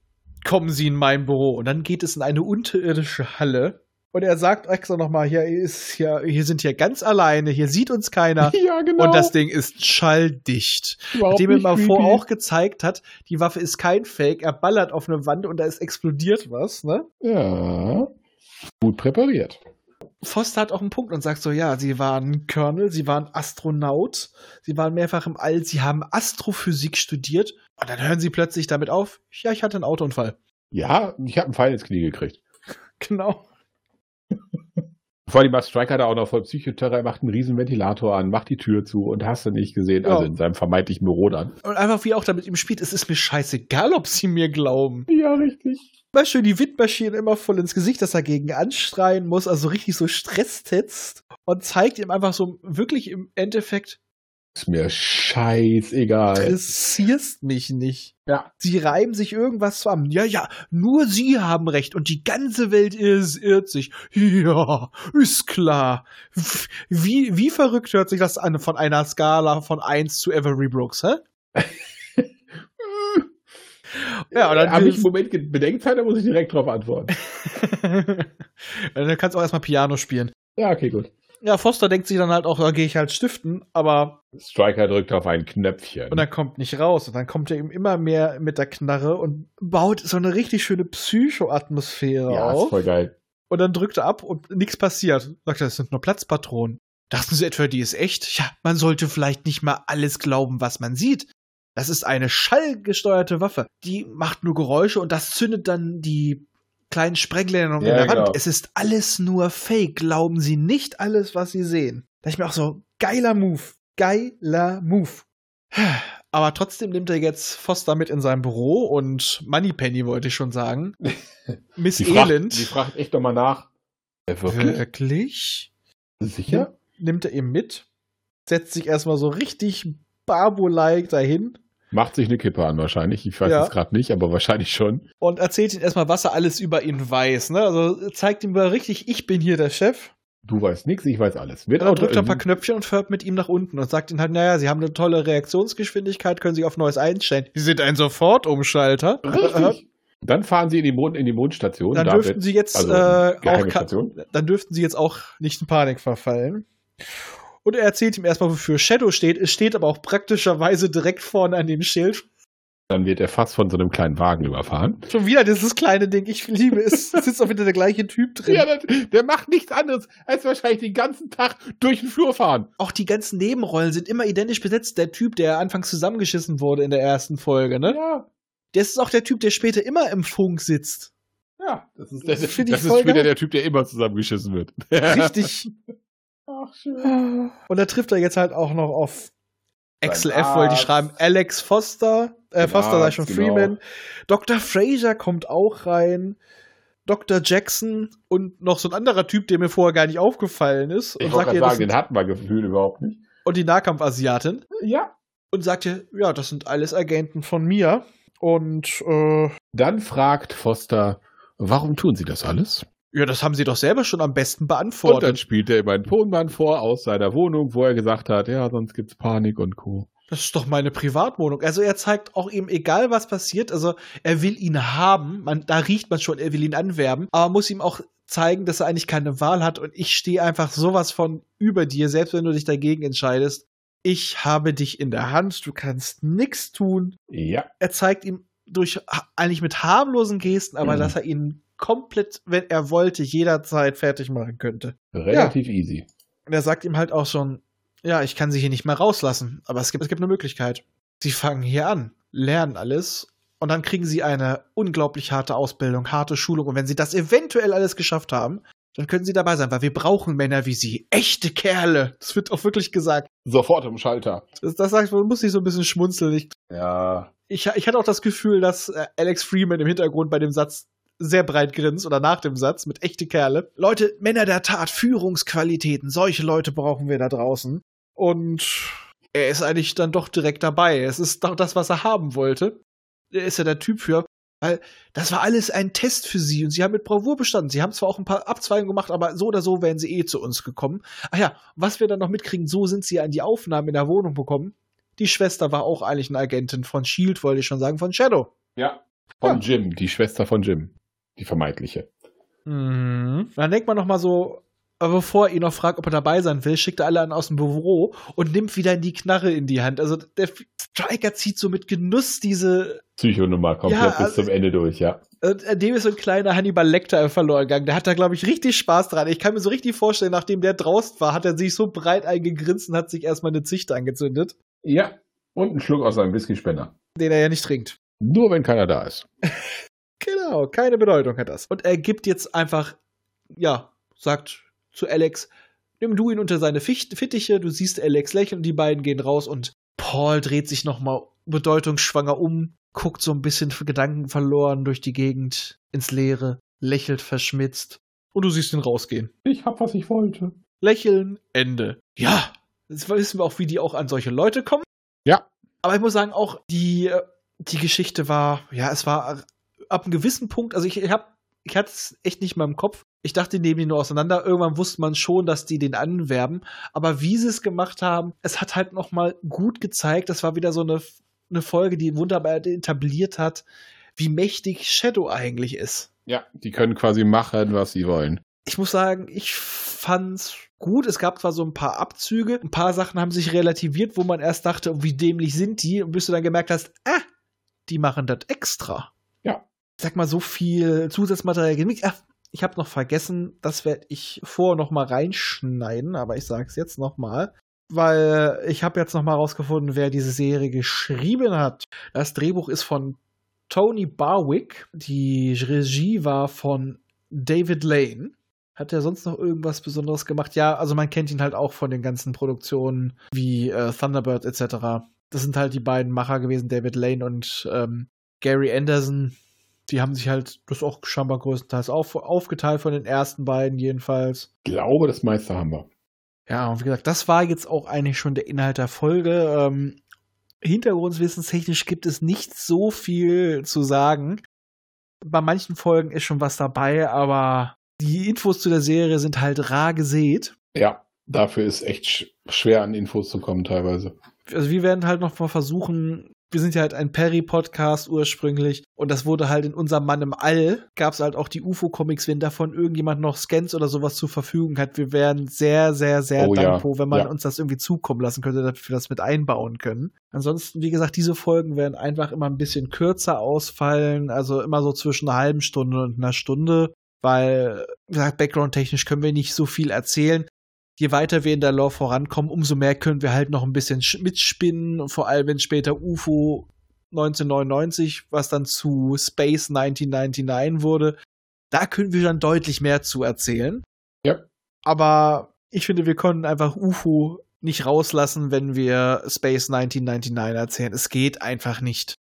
Speaker 2: kommen Sie in mein Büro. Und dann geht es in eine unterirdische Halle. Und er sagt extra nochmal, hier ist ja, hier sind hier ganz alleine, hier sieht uns keiner.
Speaker 3: [LAUGHS] Ja, genau.
Speaker 2: Und das Ding ist schalldicht.
Speaker 3: Überhaupt
Speaker 2: Dem er
Speaker 3: nicht
Speaker 2: mal
Speaker 3: creepy.
Speaker 2: vor auch gezeigt hat, die Waffe ist kein Fake, er ballert auf eine Wand und da ist explodiert was, ne?
Speaker 3: Ja. Gut präpariert.
Speaker 2: Foster hat auch einen Punkt und sagt so, ja, sie waren Colonel, sie waren Astronaut, sie waren mehrfach im All, sie haben Astrophysik studiert und dann hören sie plötzlich damit auf, ja, ich hatte einen Autounfall. [LAUGHS]
Speaker 3: Ja, ich habe einen Pfeil ins Knie gekriegt.
Speaker 2: Genau.
Speaker 3: Vor allem war Striker da auch noch voll Psychoterror. Er macht einen riesen Ventilator an, macht die Tür zu und hast du nicht gesehen,
Speaker 2: Ja.
Speaker 3: also in seinem vermeintlichen Büro dann.
Speaker 2: Und einfach wie er auch damit ihm spielt, es ist mir scheißegal, ob sie mir glauben.
Speaker 3: Ja, richtig.
Speaker 2: Mal schön die Windmaschine immer voll ins Gesicht, dass er gegen anschreien muss, also richtig so Stresstests und zeigt ihm einfach so wirklich im Endeffekt,
Speaker 3: Ist mir scheißegal.
Speaker 2: interessierst mich nicht.
Speaker 3: Äh, Ja.
Speaker 2: Sie reiben sich irgendwas zusammen. Ja, ja, nur sie haben recht und die ganze Welt ist, irrt sich. Ja, ist klar. F- Wie, wie verrückt hört sich das an von einer Skala von 1 zu Avery Brooks,
Speaker 3: [LAUGHS]
Speaker 2: hä? ja, und dann,
Speaker 3: Habe Äh, ich im Moment Ge- Bedenkzeit, da muss ich direkt drauf antworten.
Speaker 2: [LAUGHS] dann kannst du auch erstmal Piano spielen.
Speaker 3: Ja, okay, gut.
Speaker 2: Ja, Foster denkt sich dann halt auch, da gehe ich halt stiften, aber
Speaker 3: Striker drückt auf ein Knöpfchen.
Speaker 2: und er kommt nicht raus. Und dann kommt er eben immer mehr mit der Knarre und baut so eine richtig schöne Psycho-Atmosphäre
Speaker 3: ja, ist
Speaker 2: auf.
Speaker 3: voll geil.
Speaker 2: Und dann drückt er ab und nichts passiert. Sagt er, das sind nur Platzpatronen. Dachten sie etwa, die ist echt? Ja, man sollte vielleicht nicht mal alles glauben, was man sieht. Das ist eine schallgesteuerte Waffe. Die macht nur Geräusche und das zündet dann die kleinen Sprengländer
Speaker 3: Ja,
Speaker 2: in der Wand.
Speaker 3: genau.
Speaker 2: Es ist alles nur Fake. Glauben Sie nicht alles, was Sie sehen. Da ich mir auch so, geiler Move. Geiler Move. Aber trotzdem nimmt er jetzt Foster mit in sein Büro und Moneypenny wollte ich schon
Speaker 3: [LAUGHS]
Speaker 2: sagen. Miss
Speaker 3: Die fragt,
Speaker 2: Elend. Äh,
Speaker 3: die fragt echt nochmal nach. Ja,
Speaker 2: Wirklich?
Speaker 3: Sicher?
Speaker 2: Nimmt er ihn mit, setzt sich erstmal so richtig Barbo-like dahin
Speaker 3: Macht sich eine Kippe an wahrscheinlich. Ich weiß
Speaker 2: Ja.
Speaker 3: es gerade nicht, aber wahrscheinlich schon.
Speaker 2: und erzählt ihm erstmal, was er alles über ihn weiß. Ne? Also zeigt ihm mal richtig, ich bin hier der Chef.
Speaker 3: Du weißt nichts, ich weiß alles. Wird
Speaker 2: Und dann drückt er ein paar
Speaker 3: ähm,
Speaker 2: Knöpfchen und fährt mit ihm nach unten und sagt ihm halt, naja, sie haben eine tolle Reaktionsgeschwindigkeit, können sich auf Neues einstellen. Sie sind ein Sofortumschalter.
Speaker 3: Richtig. Dann fahren sie in die, Mond, in die Mondstation.
Speaker 2: Dann
Speaker 3: Da
Speaker 2: dürften
Speaker 3: wird-
Speaker 2: sie jetzt
Speaker 3: also,
Speaker 2: äh, auch
Speaker 3: geheime
Speaker 2: ka-
Speaker 3: Station.
Speaker 2: dann dürften sie jetzt auch nicht in Panik verfallen. Und er erzählt ihm erstmal, wofür Shadow steht. Es steht aber auch praktischerweise direkt vorne an dem Schild.
Speaker 3: Dann wird er fast von so einem kleinen Wagen überfahren.
Speaker 2: Schon wieder dieses kleine Ding, ich liebe es. Es sitzt auch wieder der gleiche Typ drin.
Speaker 3: der macht nichts anderes, als wahrscheinlich den ganzen Tag durch den Flur fahren.
Speaker 2: Auch die ganzen Nebenrollen sind immer identisch besetzt. Der Typ, der anfangs zusammengeschissen wurde in der ersten Folge, ne?
Speaker 3: Ja,
Speaker 2: Das ist auch der Typ, der später immer im Funk sitzt.
Speaker 3: ja. Das ist,
Speaker 2: Das
Speaker 3: das
Speaker 2: find ich
Speaker 3: ist
Speaker 2: voll
Speaker 3: wieder
Speaker 2: geil.
Speaker 3: der Typ, der immer zusammengeschissen wird.
Speaker 2: [LAUGHS] Richtig.
Speaker 3: [LAUGHS] Ach, schön.
Speaker 2: Und da trifft er jetzt halt auch noch auf Axel
Speaker 3: Sein
Speaker 2: F. wollte ich
Speaker 3: Arzt.
Speaker 2: schreiben. Alex Foster. Äh,
Speaker 3: Den
Speaker 2: Foster sei
Speaker 3: Arzt,
Speaker 2: schon
Speaker 3: genau.
Speaker 2: Freeman. Dr. Fraser kommt auch rein. Dr. Jackson und noch so ein anderer Typ, der mir vorher gar nicht aufgefallen ist.
Speaker 3: Ich
Speaker 2: und, sagt
Speaker 3: wollte gerade
Speaker 2: ihr, das
Speaker 3: sagen,
Speaker 2: sind,
Speaker 3: den hatten wir gefühlt überhaupt nicht.
Speaker 2: und die Nahkampfasiatin.
Speaker 3: Ja.
Speaker 2: Und sagt ihr, ja, das sind alles Agenten von mir. Und äh,
Speaker 3: Dann fragt Foster, warum tun sie das alles?
Speaker 2: ja, das haben sie doch selber schon am besten
Speaker 3: Und dann
Speaker 2: beantwortet.
Speaker 3: spielt er ihm ein Tonband vor aus seiner Wohnung, wo er gesagt hat, ja, sonst gibt's Panik und Co.
Speaker 2: Das ist doch meine Privatwohnung. Also er zeigt auch ihm, egal was passiert, also er will ihn haben. Man, da riecht man schon, er will ihn anwerben, aber man muss ihm auch zeigen, dass er eigentlich keine Wahl hat und ich stehe einfach sowas von über dir, selbst wenn du dich dagegen entscheidest. Ich habe dich in der Hand, du kannst nichts tun.
Speaker 3: Ja.
Speaker 2: Er zeigt ihm durch ha- eigentlich mit harmlosen Gesten, aber
Speaker 3: Mhm.
Speaker 2: dass er ihn komplett, wenn er wollte, jederzeit fertig machen könnte.
Speaker 3: Relativ easy.
Speaker 2: Und er sagt ihm halt auch schon, ja, ich kann sie hier nicht mehr rauslassen, aber es gibt, es gibt eine Möglichkeit. Sie fangen hier an, lernen alles und dann kriegen sie eine unglaublich harte Ausbildung, harte Schulung. Und wenn sie das eventuell alles geschafft haben, dann können sie dabei sein, weil wir brauchen Männer wie sie. Echte Kerle. Das wird auch wirklich gesagt.
Speaker 3: Sofort im Schalter.
Speaker 2: Das, das sagt, man muss sich so ein bisschen schmunzeln. Ich,
Speaker 3: Ja.
Speaker 2: ich, ich hatte auch das Gefühl, dass äh, Alex Freeman im Hintergrund bei dem Satz sehr breit grinst oder nach dem Satz mit echte Kerle. Leute, Männer der Tat, Führungsqualitäten, solche Leute brauchen wir da draußen. Und er ist eigentlich dann doch direkt dabei. Es ist doch das, was er haben wollte. Er ist ja der Typ für. Weil das war alles ein Test für sie und sie haben mit Bravour bestanden. Sie haben zwar auch ein paar Abzweigungen gemacht, aber so oder so wären sie eh zu uns gekommen. Ach ja, was wir dann noch mitkriegen, so sind sie ja in die Aufnahmen in der Wohnung bekommen. Die Schwester war auch eigentlich eine Agentin von Shield, E wollte ich schon sagen, von Shadow.
Speaker 3: Ja. Von Jim, die Schwester von Jim. Die vermeintliche.
Speaker 2: Mhm. Dann denkt man noch mal so, aber bevor er ihn noch fragt, ob er dabei sein will, schickt er alle einen aus dem Büro und nimmt wieder die Knarre in die Hand. Also der Striker zieht so mit Genuss diese.
Speaker 3: Psychonummer komplett
Speaker 2: Ja,
Speaker 3: bis
Speaker 2: also-
Speaker 3: zum Ende durch, ja.
Speaker 2: äh, Dem ist so ein kleiner Hannibal Lecter verloren gegangen. Der hat da, glaube ich, richtig Spaß dran. Ich kann mir so richtig vorstellen, nachdem der draußen war, hat er sich so breit eingegrinst und hat sich erstmal eine Zichte angezündet,
Speaker 3: Ja. Und einen Schluck aus einem Whiskyspender.
Speaker 2: den er ja nicht trinkt.
Speaker 3: Nur wenn keiner da ist.
Speaker 2: Genau, keine Bedeutung hat das. Und er gibt jetzt einfach, ja, sagt zu Alex, nimm du ihn unter seine Ficht Fittiche, du siehst Alex lächeln und die beiden gehen raus und Paul dreht sich nochmal bedeutungsschwanger um, guckt so ein bisschen Gedanken verloren durch die Gegend, ins Leere, lächelt verschmitzt und du siehst ihn rausgehen.
Speaker 3: Ich hab, was ich wollte.
Speaker 2: Lächeln, Ende. Ja, jetzt wissen wir auch, wie die auch an solche Leute kommen.
Speaker 3: Ja.
Speaker 2: Aber ich muss sagen, auch die, äh, die Geschichte war, ja, es war ab einem gewissen Punkt, also ich, ich hab, ich hatte es echt nicht mal im Kopf. Ich dachte, die nehmen die nur auseinander. Irgendwann wusste man schon, dass die den anwerben. Aber wie sie es gemacht haben, es hat halt noch mal gut gezeigt. Das war wieder so eine, eine Folge, die wunderbar etabliert hat, wie mächtig Shadow eigentlich ist
Speaker 3: Ja, die können quasi machen, was sie wollen.
Speaker 2: ich muss sagen, ich fand's gut. Es gab zwar so ein paar Abzüge, ein paar Sachen haben sich relativiert, wo man erst dachte, wie dämlich sind die, und bis du dann gemerkt hast, ah, die machen das extra.
Speaker 3: Ja.
Speaker 2: Ich Sag mal, so viel Zusatzmaterial gemix. Ach, ich habe noch vergessen, das werde ich vorher noch mal reinschneiden, aber ich sag's jetzt noch mal, weil ich habe jetzt noch mal rausgefunden, wer diese Serie geschrieben hat. Das Drehbuch ist von Tony Barwick, die Regie war von David Lane. Hat er sonst noch irgendwas Besonderes gemacht? Ja, also man kennt ihn halt auch von den ganzen Produktionen wie äh, Thunderbird etc. Das sind halt die beiden Macher gewesen, David Lane und ähm, Gary Anderson. Die haben sich halt das auch scheinbar größtenteils auf, aufgeteilt von den ersten beiden jedenfalls.
Speaker 3: Glaube, das meiste haben wir.
Speaker 2: Ja, und wie gesagt, das war jetzt auch eigentlich schon der Inhalt der Folge. Ähm, Hintergrundwissenstechnisch gibt es nicht so viel zu sagen. Bei manchen Folgen ist schon was dabei, aber die Infos zu der Serie sind halt rar gesät.
Speaker 3: Ja, dafür ist echt sch schwer an Infos zu kommen teilweise.
Speaker 2: Also wir werden halt noch mal versuchen, wir sind ja halt ein Perry-Podcast ursprünglich und das wurde halt in unserem Mann im All, gab es halt auch die UFO-Comics, wenn davon irgendjemand noch Scans oder sowas zur Verfügung hat. Wir wären sehr, sehr, sehr
Speaker 3: Oh ja,
Speaker 2: dankbar, wenn man
Speaker 3: ja.
Speaker 2: uns das irgendwie zukommen lassen könnte, dass wir das mit einbauen können. Ansonsten, wie gesagt, diese Folgen werden einfach immer ein bisschen kürzer ausfallen, also immer so zwischen einer halben Stunde und einer Stunde, weil, wie gesagt, background-technisch können wir nicht so viel erzählen je weiter wir in der Lore vorankommen, umso mehr können wir halt noch ein bisschen sch- mitspinnen. Und vor allem, wenn später UFO 1999, was dann zu Space 1999 wurde, da können wir dann deutlich mehr zu erzählen.
Speaker 3: Ja.
Speaker 2: Aber ich finde, wir können einfach UFO nicht rauslassen, wenn wir Space 1999 erzählen. Es geht einfach nicht.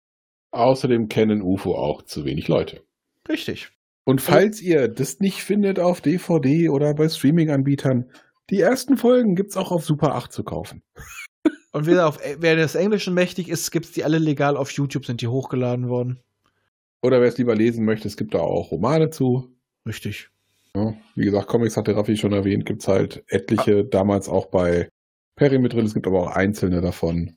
Speaker 3: Außerdem kennen UFO auch zu wenig Leute.
Speaker 2: Richtig.
Speaker 3: Und falls ihr das nicht findet auf DVD oder bei Streaming-Anbietern, die ersten Folgen gibt's auch auf Super 8 zu kaufen.
Speaker 2: Und wer, auf, wer des Englischen mächtig ist, gibt's die alle legal auf YouTube, sind die hochgeladen worden.
Speaker 3: Oder wer es lieber lesen möchte, es gibt da auch Romane zu.
Speaker 2: Richtig.
Speaker 3: Ja, wie gesagt, Comics hat der Raffi schon erwähnt, gibt's halt etliche, damals auch bei Perry mit drin, es gibt aber auch einzelne davon.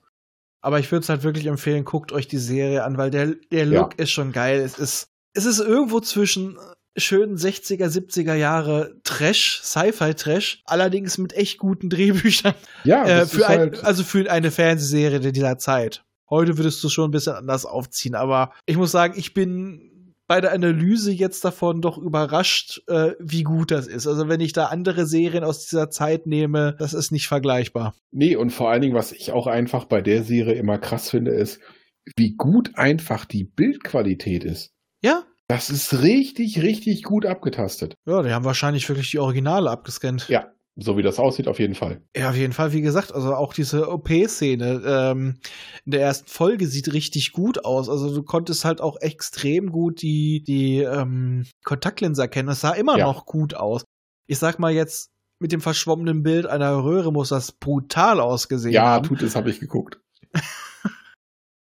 Speaker 2: Aber ich würde es halt wirklich empfehlen, guckt euch die Serie an, weil der, der
Speaker 3: Ja.
Speaker 2: Look ist schon geil. Es ist, es ist irgendwo zwischen äh, schönen 60er, 70er Jahre Trash, Sci-Fi-Trash, allerdings mit echt guten Drehbüchern.
Speaker 3: Ja,
Speaker 2: äh,
Speaker 3: das
Speaker 2: für
Speaker 3: ist
Speaker 2: ein,
Speaker 3: halt,
Speaker 2: Also für eine Fernsehserie der- dieser Zeit. Heute würdest du schon ein bisschen anders aufziehen, aber ich muss sagen, ich bin bei der Analyse jetzt davon doch überrascht, äh, wie gut das ist. Also wenn ich da andere Serien aus dieser Zeit nehme, das ist nicht vergleichbar.
Speaker 3: Nee, und vor allen Dingen, was ich auch einfach bei der Serie immer krass finde, ist, wie gut einfach die Bildqualität ist.
Speaker 2: Ja?
Speaker 3: Das ist richtig, richtig gut abgetastet.
Speaker 2: Ja, die haben wahrscheinlich wirklich die Originale abgescannt.
Speaker 3: Ja, So wie das aussieht, auf jeden Fall.
Speaker 2: Ja, auf jeden Fall, wie gesagt, also auch diese OP-Szene ähm, in der ersten Folge sieht richtig gut aus. Also du konntest halt auch extrem gut die, die ähm, Kontaktlinse erkennen. Das sah immer
Speaker 3: Ja.
Speaker 2: noch gut aus. Ich sag mal jetzt, mit dem verschwommenen Bild einer Röhre muss das brutal ausgesehen
Speaker 3: Ja,
Speaker 2: haben.
Speaker 3: tut es, habe ich geguckt. [LAUGHS]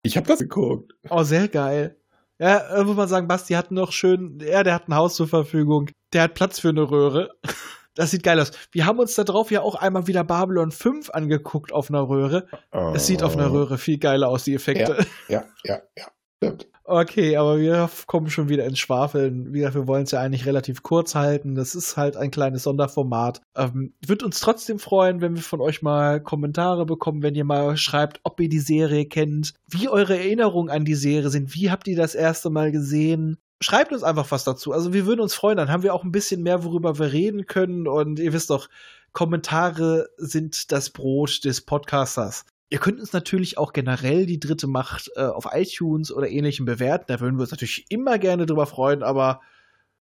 Speaker 3: ich habe das geguckt.
Speaker 2: Oh, sehr geil. Ja, äh, muss man sagen, Basti hat noch schön, ja, der hat ein Haus zur Verfügung. Der hat Platz für eine Röhre. [LAUGHS] Das sieht geil aus. Wir haben uns da drauf ja auch einmal wieder Babylon 5 angeguckt auf einer Röhre. Es sieht auf
Speaker 3: Oh.
Speaker 2: einer Röhre viel geiler aus, die Effekte.
Speaker 3: Ja, ja, ja. Stimmt.
Speaker 2: Okay, aber wir kommen schon wieder ins Schwafeln. Wir, wir wollen es ja eigentlich relativ kurz halten. Das ist halt ein kleines Sonderformat. Ähm, wird uns trotzdem freuen, wenn wir von euch mal Kommentare bekommen, wenn ihr mal schreibt, ob ihr die Serie kennt, wie eure Erinnerungen an die Serie sind, wie habt ihr das erste Mal gesehen. Schreibt uns einfach was dazu. Also wir würden uns freuen, dann haben wir auch ein bisschen mehr, worüber wir reden können. Und ihr wisst doch, Kommentare sind das Brot des Podcasters. Ihr könnt uns natürlich auch generell die dritte Macht äh, auf iTunes oder ähnlichem bewerten. Da würden wir uns natürlich immer gerne drüber freuen, aber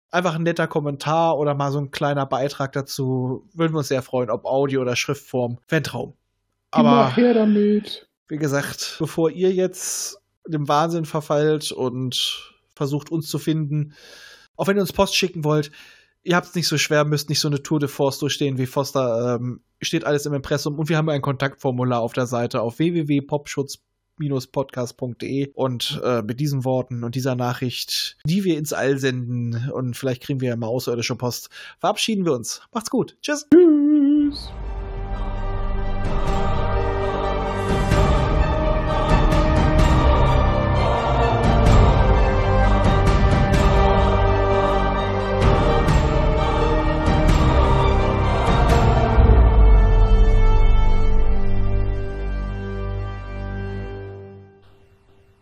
Speaker 2: einfach ein netter Kommentar oder mal so ein kleiner Beitrag dazu würden wir uns sehr freuen, ob Audio oder Schriftform. Wär ein Traum. Aber
Speaker 3: Immer her damit.
Speaker 2: wie gesagt, bevor ihr jetzt dem Wahnsinn verfallt und versucht uns zu finden, auch wenn ihr uns Post schicken wollt, ihr habt es nicht so schwer, müsst nicht so eine Tour de Force durchstehen wie Foster. Ähm, steht alles im Impressum und wir haben ein Kontaktformular auf der Seite auf www.popschutz podcast.de und äh, mit diesen Worten und dieser Nachricht, die wir ins All senden und vielleicht kriegen wir ja mal außerirdische Post, verabschieden wir uns. Macht's gut. Tschüss.
Speaker 3: Tschüss.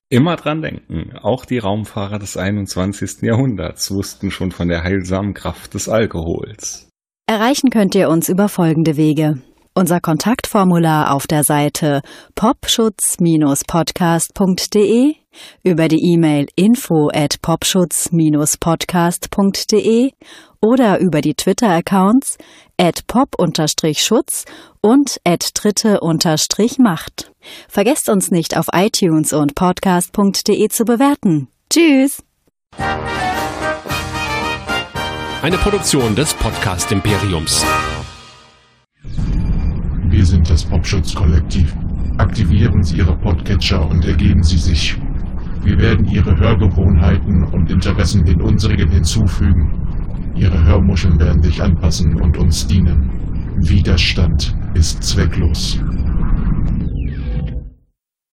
Speaker 4: Immer dran denken, auch die Raumfahrer des 21. Jahrhunderts wussten schon von der heilsamen Kraft des Alkohols.
Speaker 5: Erreichen könnt ihr uns über folgende Wege. Unser Kontaktformular auf der Seite popschutz-podcast.de, über die E-Mail info at popschutz-podcast.de oder über die Twitter-Accounts at pop-schutz und at dritte-macht. Vergesst uns nicht auf iTunes und podcast.de zu bewerten. Tschüss!
Speaker 6: Eine Produktion des Podcast Imperiums.
Speaker 7: Wir sind das Popschutz-Kollektiv. Aktivieren Sie Ihre Podcatcher und ergeben Sie sich. Wir werden Ihre Hörgewohnheiten und Interessen den unsrigen hinzufügen. Ihre Hörmuscheln werden sich anpassen und uns dienen. Widerstand ist zwecklos.